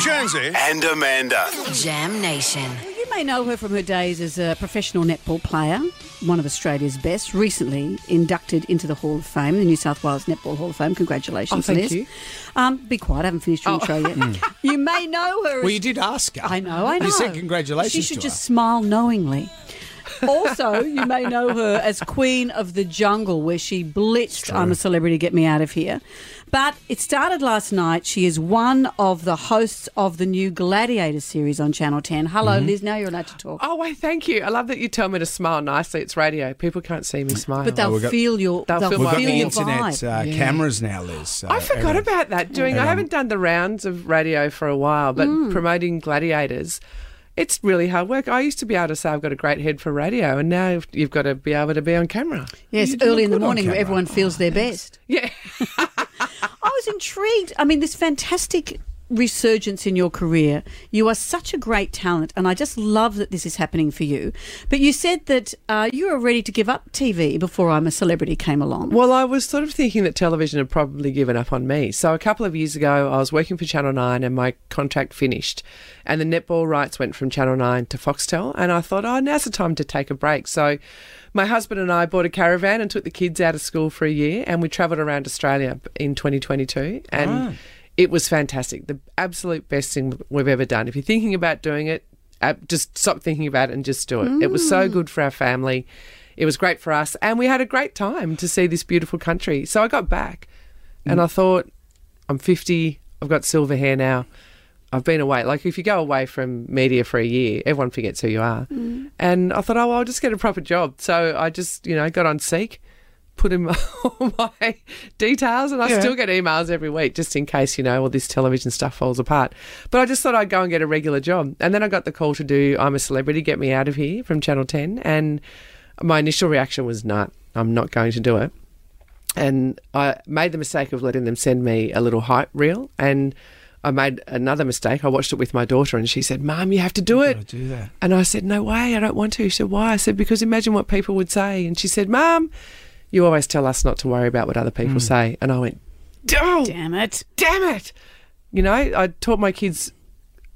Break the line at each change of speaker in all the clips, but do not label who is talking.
Jonesy
and Amanda.
Jam Nation.
You may know her from her days as a professional netball player, one of Australia's best, recently inducted into the Hall of Fame, the New South Wales Netball Hall of Fame. Congratulations
Oh, thank
on this.
you. Oh.
Um, be quiet, I haven't finished your intro yet. you may know her
Well,
as
you did ask her.
I know, I know.
You said congratulations.
She should
to
just
Her.
smile knowingly. also, you may know her as Queen of the Jungle, where she blitzed I'm a Celebrity, Get Me Out of Here. But it started last night. She is one of the hosts of the new Gladiator series on Channel 10. Hello,
Mm-hmm.
Liz. Now you're allowed to talk.
Oh, I thank you. I love that you tell me to smile nicely. It's radio. People can't see me smile.
But they'll
Oh, we've got-
feel your
They'll
they'll
feel
feel,
my-
We've got the
your
internet
vibe.
uh, cameras now, Liz. so
I forgot
everyone-
about that. Doing I haven't done the rounds of radio for a while, but
Mm.
promoting gladiators, it's really hard work. I used to be able to say I've got a great head for radio, and now you've got to be able to be on camera.
yes,
doing
early in the
good on
morning, where
camera.
everyone feels their best.
Yeah.
I was intrigued. I mean, this fantastic resurgence in your career. You are such a great talent, and I just love that this is happening for you. But you said that uh, you were ready to give up TV before I'm a Celebrity came along.
Um, Well, I was sort of thinking that television had probably given up on me. So a couple of years ago, I was working for Channel 9 and my contract finished. And the netball rights went from Channel 9 to Foxtel. And I thought, oh, now's the time to take a break. So my husband and I bought a caravan and took the kids out of school for a year. And we travelled around Australia in 2022. And it was fantastic. The absolute best thing we've ever done. If you're thinking about doing it, uh, just stop thinking about it and just do it. It was so good for our family. It was great for us, and we had a great time to see this beautiful country. So I got back, and I thought, I'm 50. I've got silver hair now. I've been away. Like if you go away from media for a year, everyone forgets who you are. And I thought, oh, well, I'll just get a proper job. So I just, you know, got on Seek, put in all my details, and I still get emails every week just in case, you know, all this television stuff falls apart. But I just thought I'd go and get a regular job. And then I got the call to do I'm a Celebrity, Get Me Out of Here from Channel 10. And my initial reaction was, no, I'm not going to do it and I made the mistake of letting them send me a little hype reel and I made another mistake. I watched it with my daughter and she said, Mom, you have to do it.
do that.
And I said, No way, I don't want to. She said, Why? I said, Because imagine what people would say. And she said, Mom, you always tell us not to worry about what other
Mm.
people say. And I went, Oh,
Damn it!
damn it. You know, I taught my kids,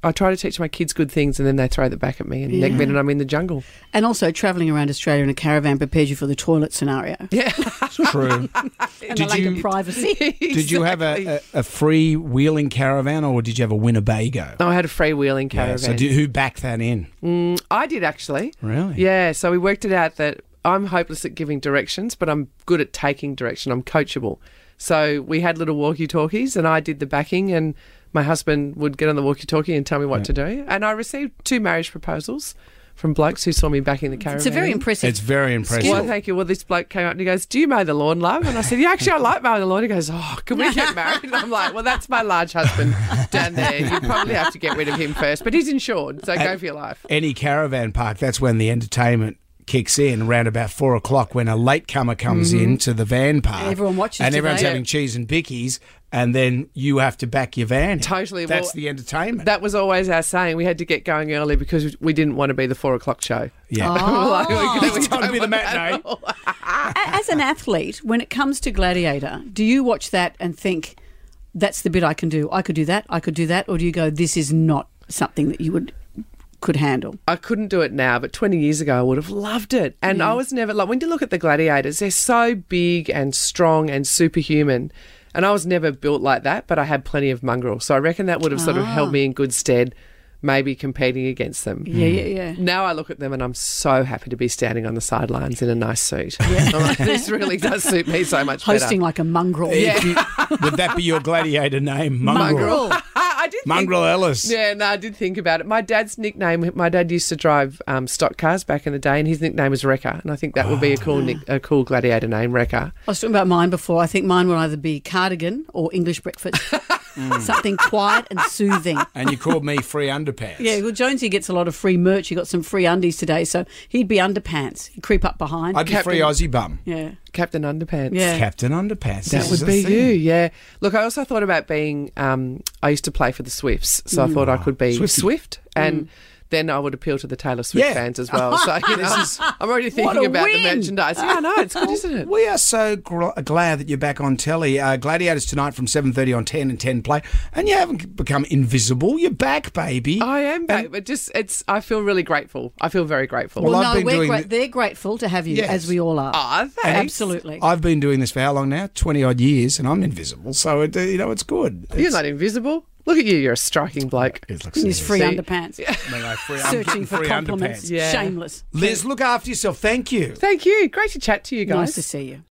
I try to teach my kids good things and then they throw that back at me. And next minute I'm in the jungle.
And also, travelling around Australia in a caravan prepared you for the toilet scenario
True.
and the
Did
lack
you-
of privacy.
Did you have a, a, a free wheeling caravan or did you have a Winnebago?
I had a freewheeling caravan.
Yeah, so do, who backed that in?
I did actually.
Really?
Yeah. So we worked it out that I'm hopeless at giving directions, but I'm good at taking direction. I'm coachable. So we had little walkie talkies, and I did the backing, and my husband would get on the walkie talkie and tell me what to do. And I received two marriage proposals from blokes who saw me backing the caravan.
It's a very
in.
impressive.
It's very impressive.
Well, thank you. Well, this bloke came up and he goes, "Do you mow the lawn, love?" And I said, "Yeah, actually, I like mowing the lawn." He goes, "Oh, can we get married?" And I'm like, "Well, that's my large husband down there. You probably have to get rid of him first, but he's insured, so go for your life."
Any caravan park, that's when the entertainment kicks in around about four o'clock when a latecomer comes in to the van park.
Everyone watches
And
today.
everyone's
Yeah.
having cheese and bickies and then you have to back your van. in.
Totally.
That's
Well,
the entertainment.
That was always our saying. We had to get going early because we didn't want to be the four o'clock show.
yeah.
Like, we- we
It's time to be the matinee.
A- As an athlete, when it comes to Gladiator, do you watch that and think that's the bit I can do? I could do that. I could do that. Or do you go, this is not something that you would could handle?
Hmm.
I couldn't do it now, but 20 years ago, I would have loved it. And I was never like, when you look at the gladiators, they're so big and strong and superhuman. And I was never built like that, but I had plenty of mongrel. So I reckon that would have sort of held me in good stead, maybe competing against them.
Ah. Yeah, yeah, yeah.
Now I look at them and I'm so happy to be standing on the sidelines in a nice suit. I'm like, this really does suit me so much better.
Hosting like a mongrel.
If you- would that be your gladiator name? Mongrel. Mongrel,
I did think-
Ellis.
Yeah, no, I did think about it. My dad's nickname, my dad used to drive um, stock cars back in the day, and his nickname was Wrecker. And I think that would be a
Oh.
cool nick, a cool gladiator name,
I
Wrecker.
was talking about mine before. I think mine would either be cardigan or English breakfast. Mm. Something quiet and soothing.
And you called me free underpants.
Yeah, well, Jonesy gets a lot of free merch. He got some free undies today, so he'd be underpants. He'd creep up behind.
I'd be free Aussie bum.
yeah,
Captain Underpants.
yeah.
Captain Underpants.
That
This is
would
the
be
thing.
you, yeah. Look, I also thought about being. Um, I used to play for the Swifts, so I thought I could be
Mm. Swifty. Mm.
Swift, and then I would appeal to the Taylor Swift
Yeah.
fans as well. So you know, I'm already
a
thinking about
win.
the merchandise. Yeah, I know it's good, isn't it?
We are so gl- glad that you're back on telly. Uh, Gladiators tonight from 7.30 on 10 and 10 play. And you haven't become invisible. You're back, baby.
I am back, but just it's. I feel really grateful. I feel very grateful.
Well,
Well,
I've
no,
been
we're
doing
gra-
the-
they're grateful to have you,
Yes.
as we all are.
Ah, thanks.
Absolutely.
I've been doing this for how long now? 20 odd years, and I'm invisible. So, it, uh, you know, it's good.
You're not invisible. Look at you. You're a striking bloke.
It looks
His free
See?
underpants. Searching for compliments.
Yeah.
Shameless.
Liz, look after yourself. Thank you.
Thank you. Great to chat to you guys.
Nice to see you.